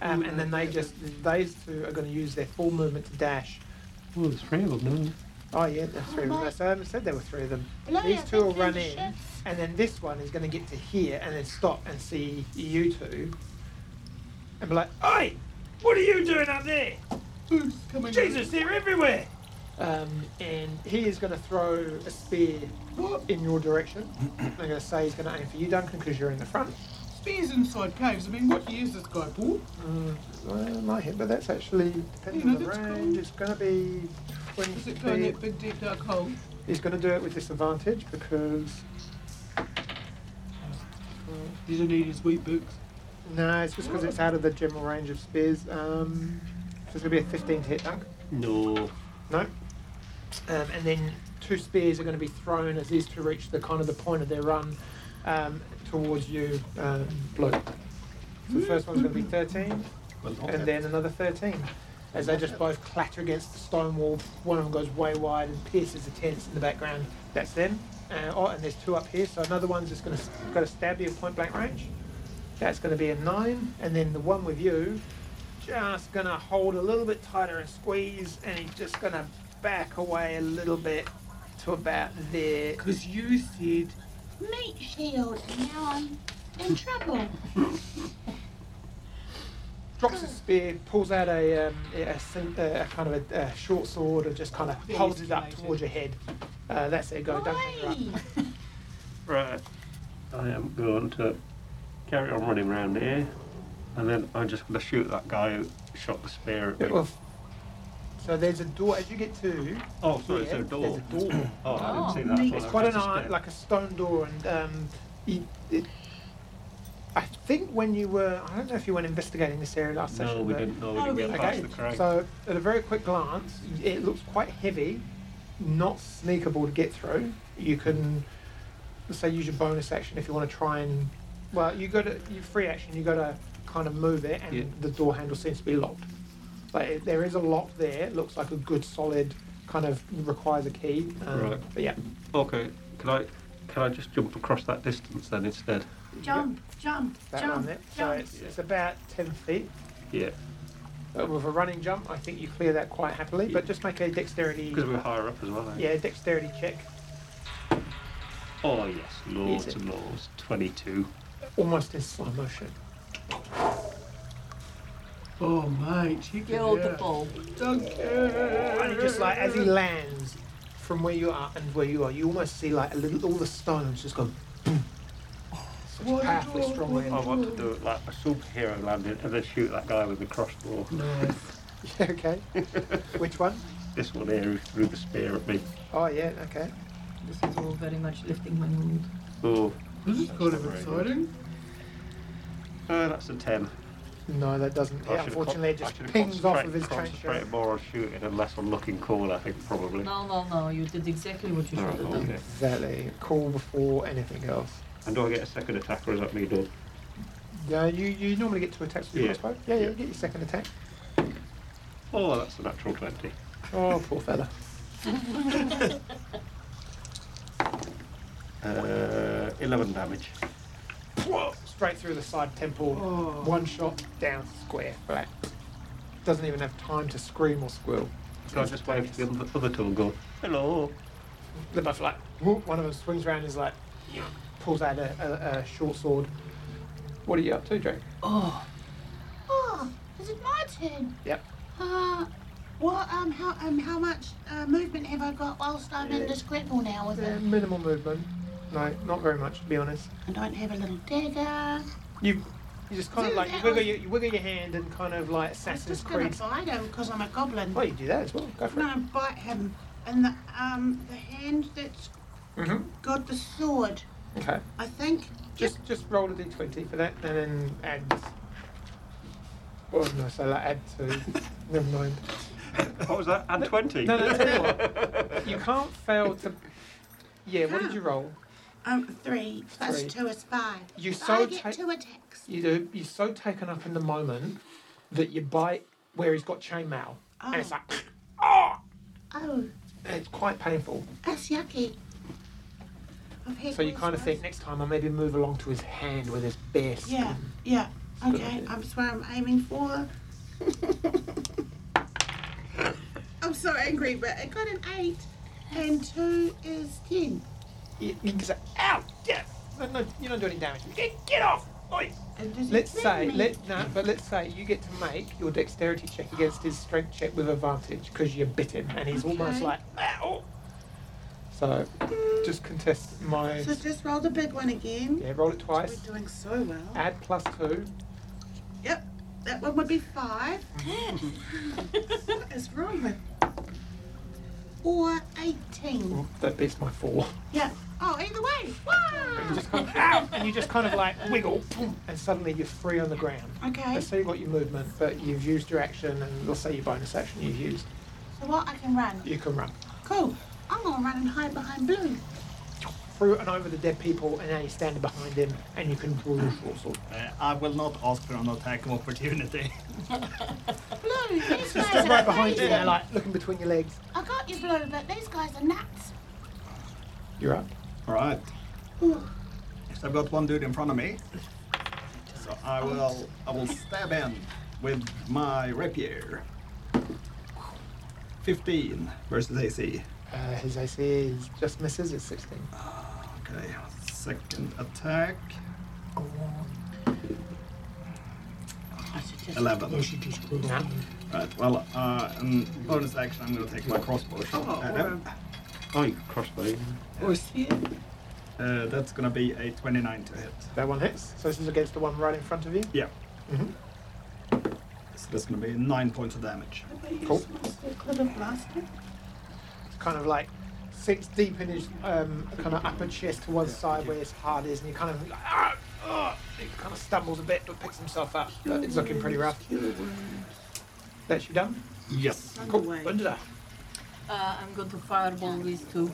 Um, and then they just, those two are going to use their full movement to dash.
Well, there's three of them now.
Oh yeah, there's three of them. So I said there were three of them.
Bloody
These two will
fucking
run in,
shit.
and then this one is going to get to here and then stop and see you two, and be like, "Oi, what are you doing up there?
Who's coming?
Jesus, they're everywhere!" Um, and he is going to throw a spear in your direction. I'm going to say he's going to aim for you, Duncan, because you're in the front.
Spears inside caves. I mean, what year is this guy, Paul?
Mm, well, might hit, but that's actually depending
Yeah,
on the
that's cool.
range. It's going to be
Is
twenty.
it going that big, deep, dark hole?
He's going to do it with disadvantage because.
He didn't need his wheat boots.
No, it's just because it's out of the general range of spears. Um, so it's going to be a 15 to hit dunk.
No.
No. Um, and then two spears are going to be thrown as these two reach the kind of the point of their run um, towards you, um, blue. So the first one's going to be 13,
Well, not
and
that.
then another 13. As they just both clatter against the stone wall, one of them goes way wide and pierces the tents in the background. That's them. Uh, oh, and there's two up here, so another one's just going to got to stab you at point blank range. That's going to be a nine, and then the one with you, just going to hold a little bit tighter and squeeze, and he's just going to back away a little bit to about there.
Because you said
Meat shield. Now I'm in trouble.
drops his spear, pulls out a, um, a, sim- a kind of a, a short sword, and just kind of
Yeah,
holds
he's
it up
united.
towards your head. Uh, that's it, go. Don't hang her up.
Why?
Right. I am going to carry on running around here, and then I'm just going to shoot that guy who shot the spear at me.
Bit off. So there's a door as you get to.
Oh, sorry,
here,
it's a door.
There's a door.
Oh, I didn't see that.
It's quite an eye, like a stone door, and um, you, it, I think when you were, I don't know if you went investigating this area last session.
No, we
but-
didn't. No, we didn't get past
Okay,
the crowd.
so at a very quick glance, it looks quite heavy, not sneakable to get through. You can, say, use your bonus action if you want to try and. Well, you got to you free action. You got to kind of move it, and
Yeah.
the door handle seems to be locked. Like it, there is a lock there. It looks like a good solid kind of requires a key. Um,
Right.
But yeah,
Okay, can I can I just jump across that distance then instead?
Jump, jump,
that
jump,
one there. So
jump.
it's, it's about ten feet.
Yeah,
Uh, with a running jump, I think you clear that quite happily. But
Yeah.
just make a dexterity.
because we're higher up as well. eh?
Yeah, dexterity check.
Oh yes, lords
Easy.
and lords, twenty-two.
almost in slow motion.
Oh mate, you
Kill the ball.
And it just like as he lands from where you are and where you are, you almost see like a little all the stones just go boom. Such a powerfully strong
I
landing.
want to do it like a superhero landing and then shoot that guy with the crossbow.
Yeah, okay. Which one?
This one here who threw the spear at me.
Oh yeah, okay.
This is all very much lifting my mood.
Oh,
This is kind of
That's not
exciting.
uh, that's a ten.
No, that doesn't.
I
Yeah,
should've
unfortunately, it
con- I
just
should've
pings off of his
concentrate-
train
concentrate more on shooting and less on looking cool. I think probably.
No, no, no. You did exactly what you should have
Alright,
done.
Oh, okay.
Exactly. Call before anything else.
And do I get a second attack or is that me done?
Yeah, you, you normally get two attacks with your
Yeah.
crossbow. Yeah, yeah,
Yeah.
you get your second attack.
Oh, that's a natural twenty.
Oh, poor fella.
Uh, eleven damage.
Whoa! Straight through the side temple.
Oh.
One shot down square flat. Doesn't even have time to scream or squeal.
So I just wave to the other- other two and go, hello.
They're both like, whoop, one of them swings around and is like, yeah, pulls out a, a, a short sword. What are you up to, Drake?
Oh, is it my turn?
Yep.
Uh, What um how um how much uh, movement have I got whilst I'm in this grapple now with
Uh,
it?
minimal movement. No, not very much, to be honest.
I don't have a little dagger.
You, you just kind of
Dude,
like you
that
wiggle,
was-
your, you wiggle your hand and kind of like
I was
Assassin's
just gonna
Creed.
bite him because I'm a goblin.
Oh, you do that as well. Go for
No, bite him. And the um the hand that's
it. Mm-hmm.
got the sword,
Okay.
I think.
Just just roll a d20 for that, and then add. Well, no, so like add two. Never mind.
What was that? And 20?
No, no, tell you what. You can't fail to. Yeah, what did you roll?
Um, three plus
Three.
two is five.
You
So
so
I get
ta-
two attacks.
You do. You're so taken up in the moment that you bite where he's got chainmail, and it's
Oh.
like, oh,
Oh,
and it's quite painful.
that's yucky. I've had
So you
worse
kind of
ones.
think next time I maybe move along to his hand with his bare skin.
Yeah, yeah.
good
Okay,
idea.
I'm that's what I'm aiming for. I'm so angry, but I got an eight, and two is ten.
You, you can say, ow, yeah. No, no, you don't do any damage. Get, get off! Oi.
And does it
Let's
bring
say,
me-
let no, but let's say you get to make your dexterity check against his strength check with advantage because you bit him, and he's almost
Okay.
like, ow. So, just contest my.
So just roll the big one again.
Yeah, roll it twice.
We're doing so well.
Add plus two.
Yep, that one would be five,
What is wrong with
or eighteen.
Well, that beats my four.
Yeah. Oh, either way. Wow.
You just kind of, ow, and you just kind of like wiggle, boom, and suddenly you're free on the ground.
Okay.
Let's say you've got your movement, but you've used your action, and let's say your bonus action you've used.
So what? I can run.
You can run
Cool. I'm gonna run and hide behind blue.
through and over the dead people, and now you're standing behind him, and you can draw your short sword.
Uh, I will not ask for an attack of opportunity.
Blue.
Just
These guys are
right behind you,
amazing.
now, like looking between your legs.
I got you, blue, but these guys are nuts.
You're up.
All right. So I've got one dude in front of me. So I will I will stab him with my rapier. 15 versus AC.
Uh, his AC is just misses. It's 16.
Okay, second attack. 11.
Nah.
Right, well, uh, and bonus action, I'm going to take my crossbow shot. at him.
Oh, you crossbow.
Or spear?
Uh, that's going to be a 29 to hit.
That one hits. So this is against the one right in front of you.
Yeah.
Mhm.
Mm-hmm.
So that's going to be 9 points of damage.
Cool.
Could have lasted.
It's kind of like six deep in his um, kind of upper chest to one side where his heart is, and he kind of like, ah, ah," he kind of stumbles a bit but picks himself up. But it's looking pretty rough. That's you done.
Yes.
Cool.
Underway.
Linda.
Uh, I'm going to fireball these two.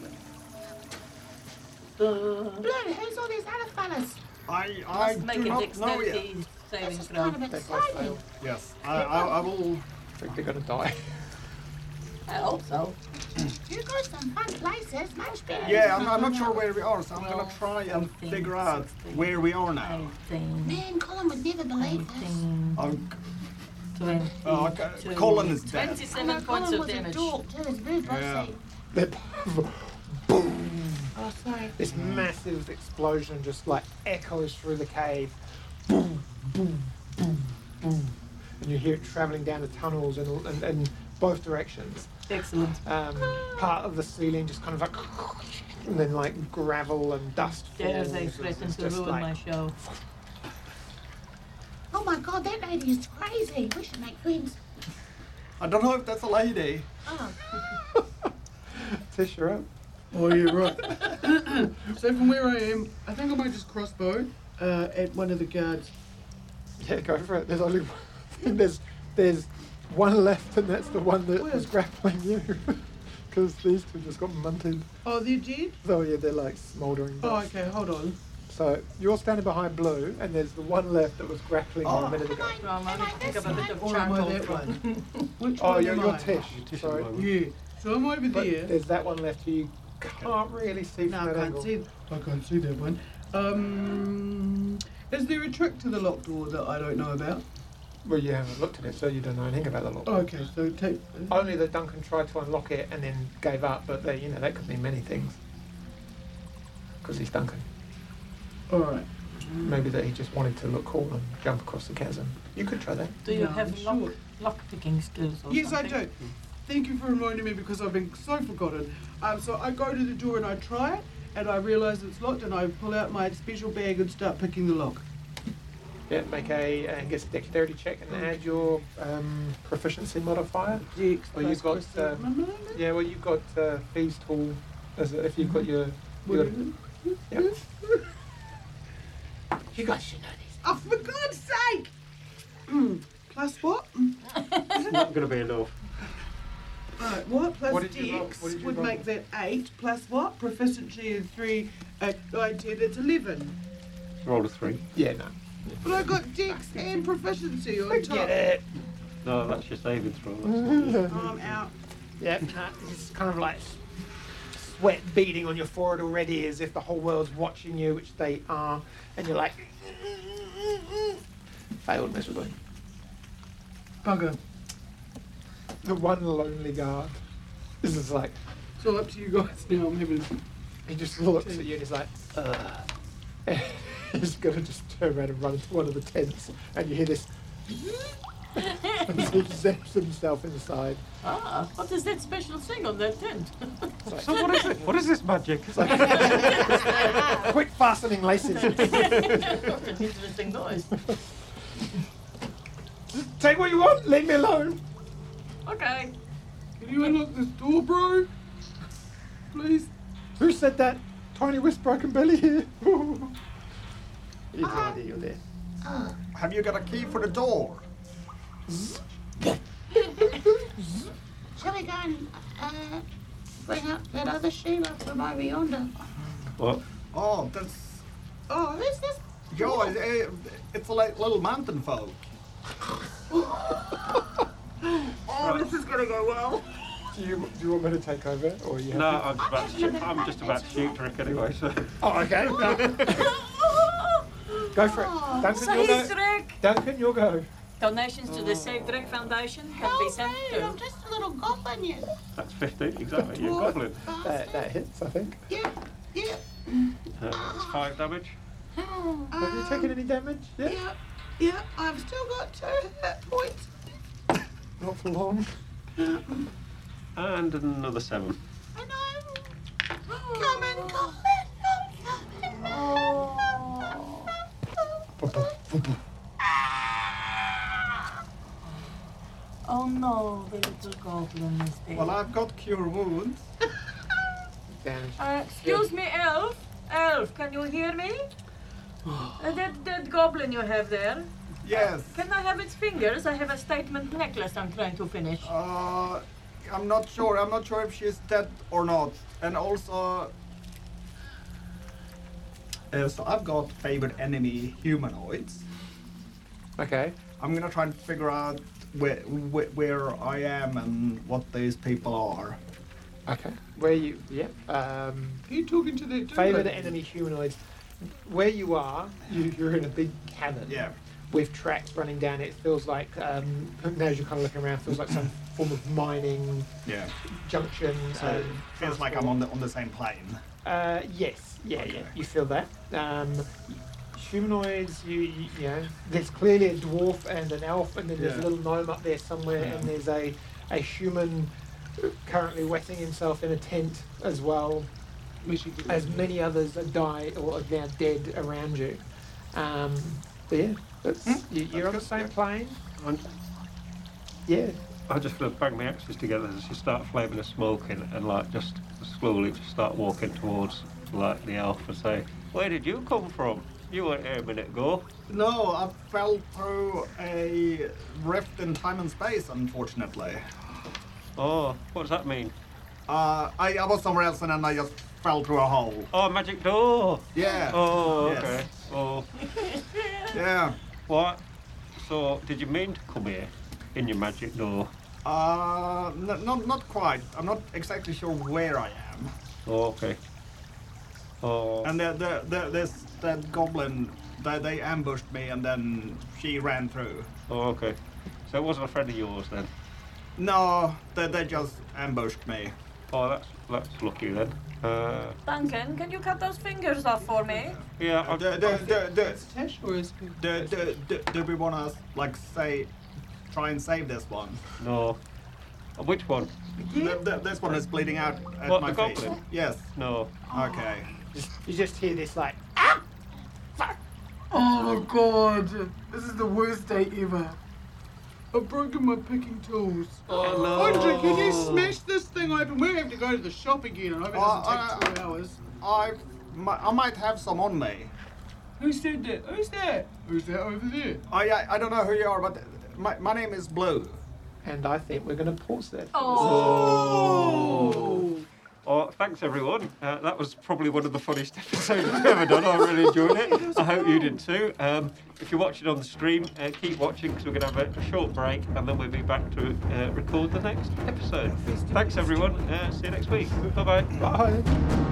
Uh,
Blue, who's all these other fellas?
I, I
must
do
make a
not know yet.
dexterity saving
This is kind
throw.
of
They both fail.
exciting.
Yes, I, I, I will.
I think they're gonna die.
I hope so.
You go some fun places, much better.
Yeah, I'm, I'm not sure where we are, so I'm going
No,
to try and
something,
figure out
something.
where we are
I
now.
think
Man, Colin would never believe this.
think
Oh,
twenty.
oh, okay. Colin is dead.
Although
27 points
Oh Colin
of
was a
damage.
dork too, it's very bossy.
Yeah.
Oh, sorry.
This massive explosion just like echoes through the cave. Boom, boom, boom, boom. And you hear it traveling down the tunnels and, and, and both directions.
Excellent.
Oh,
Um, part of the ceiling just kind of like, and then like gravel and dust.
Dare
falls
they
and
threaten
it's
to
just
ruin
like-
my show.
Oh my god, that lady is crazy. We should make friends.
I don't know if that's a lady.
Oh,
Tish, you're up.
Oh, yeah, right. so from where I am, I think I might just crossbow uh, at one of the guards.
Yeah, go for it. There's only one. there's there's one left, and that's the one that was grappling you. Because these two just got munted.
Oh, they're dead?
So yeah, they're like smouldering.
Oh,
bits.
okay, hold on.
So you're standing behind blue, and there's the one left that was grappling you
Oh.
a minute
am
ago.
I,
Well, I'm
am
only
I
think
this
of a bit
one?
of
Or am I
charcoal.
that one? Which
Oh,
one
you're,
am
you're
I?
Tish. Sorry.
Yeah, so I'm over
But
there.
there's that one left who you can't really see from
No, I
that
can't
angle.
see. I can't see that one. Um, is there a trick to the locked door that I don't know about?
Well, you haven't looked at it, so you don't know anything about the lock.
Okay, so take.
Only that Duncan tried to unlock it and then gave up, but they, you know that could mean many things. Because he's Duncan.
All right.
Maybe that he just wanted to look cool and jump across the chasm. You could try that.
Do you
No,
have
I'm
lock,
sure.
lock picking skills or
Yes, I
something?
do. Thank you for reminding me because I've been so forgotten. Um, so I go to the door and I try it, and I realise it's locked, and I pull out my special bag and start picking the lock.
Yeah, make a, I guess, dexterity check and add your um, proficiency modifier.
Dex
Well, you've
plus
got, uh,
perception.
Yeah, well, you've got uh, thieves' tool. As a, if you've got your, your yeah.
You guys should know this.
Oh, for God's sake! plus what?
It's not going to be enough.
Right, what plus
What did you roll?
dex
What did you
would
roll?
make that eight plus what? Proficiency and three. Uh, I did. It's eleven.
Roll a three.
yeah, no.
But I got dex and proficiency on top.
it.
No, that's your saving throw. That's not it.
Oh, I'm out.
Yeah, nah, it's kind of like sweat beading on your forehead already, as if the whole world's watching you, which they are, and you're like failed miserably.
Bugger.
The one lonely guard is just like
It's all up to you guys now. I'm having.
he just looks at you and he's like, Ugh. he's gonna just turn around and run into one of the tents, and you hear this. and he zaps himself inside.
Ah, what is that special thing on that tent?
So what is it? What is this magic?
Quick fastening laces.
Got an interesting noise.
Take what you want. Leave me alone.
Okay.
Can you unlock this door, bro? Please.
Who said that? Tiny with broken belly here. He's already you're there.
Have you got a key for the door?
Shall we go and uh, bring up that other Sheila from over yonder?
What?
Oh, that's.
Oh,
Who's this?
Yo, it- it- it's like little mountain folk.
oh, this is gonna go well.
Do you do you want me to take over or you?
No, I'm just about to
just
shoot. I'm just about to shoot Drake anyway. So
Oh, okay. go for it.
Oh.
Duncan, you'll
Save
go.
Drake!
Duncan, you'll go.
Donations to the Save Drake Foundation can be
No
sent
way,
to.
I'm just a little goblin, you
that's 15 exactly. You're Uh, a goblin.
That,
bastard.
that hits, I think.
Yeah, yeah.
Uh, that's five damage.
Have
Um,
you taken any damage? Yeah.
Yeah, yeah, I've still got two hit points.
Not for long.
And another seven.
And I'm coming, goblin, I'm coming.
Oh no, the little goblin is there.
Well, I've got cure wounds.
Damage.
Uh, excuse me, elf. Elf, can you hear me? Uh, that, that goblin you have there,
Yes.
can I have its fingers? I have a statement necklace I'm trying to finish.
Uh, I'm not sure. I'm not sure if she's dead or not. And also. Uh, so I've got favorite enemy humanoids.
Okay.
I'm gonna try and figure out where where, where I am and what these people are.
Okay. Where you? Yep. Um,
You talking to that dude?
favorite enemy humanoids. Where you are, you, you're in a big cavern.
Yeah.
with tracks running down it, it feels like um, now as you're kind of looking around, it feels like some form of mining
Yeah.
junction.
So
um,
it feels like I'm on the on the same plane.
Uh, yes, yeah, yeah, you feel that. Um, humanoids, you, you, you know, there's clearly a dwarf and an elf, and then there's
Yeah.
a little gnome up there somewhere, and there's a a human currently wetting himself in a tent as well
We should get
as many others are died or are now dead around you. Um, but yeah, that's, you, you're on the same plane.
I'm,
Yeah,
I'm just going to bang my axes together as you start flaming and smoking, and like just slowly just start walking towards like the elf and say, "Where did you come from? You weren't here a minute ago."
No, I fell through a rift in time and space, unfortunately.
Oh, what does that mean?
Uh, I, I was somewhere else and then I just fell through a hole.
Oh, magic door.
Yeah.
Oh,
Yes.
okay. Oh,
Yeah.
what? So, did you mean to come here in your magic door?
Uh, no, not, not quite. I'm not exactly sure where I am.
Oh, okay. Oh,
And the, the, the, this that goblin, they, they ambushed me and then she ran through.
oh, okay. So it wasn't a friend of yours then.
No, they, they just ambushed me.
Oh, that's that's lucky then. Uh,
Duncan, can you cut those fingers off for me?
yeah,
Uh,
I've,
Do, do, do, do,
Tash or is he?
do, do, do, do we want to like say, try and save this one?
no. And which one?
Th- th- this one is bleeding out at
What,
my
the
feet.
goblin?
Yes.
No.
Okay.
Just, you just hear this like
Oh my god, this is the worst day ever. I've broken my picking tools.
Oh no.
Andre, can you smash this thing open? We're gonna have to go to the shop again, and I hope it
Oh,
doesn't
I-
take two hours.
I, mi- I might have some on me.
Who said that? Who's that? Who's that over there?
I, I, I don't know who you are, but my, my name is Blue.
And I think we're going to pause there.
Oh.
Oh.
Oh, thanks everyone. Uh, that was probably one of the funniest episodes we've ever done. I really enjoyed it. I hope you did too. Um, if you're watching on the stream, uh, keep watching because we're going to have a, a short break and then we'll be back to
Oh,
uh, record the next episode. Thanks everyone. Uh, see you next week. Bye bye.
Bye.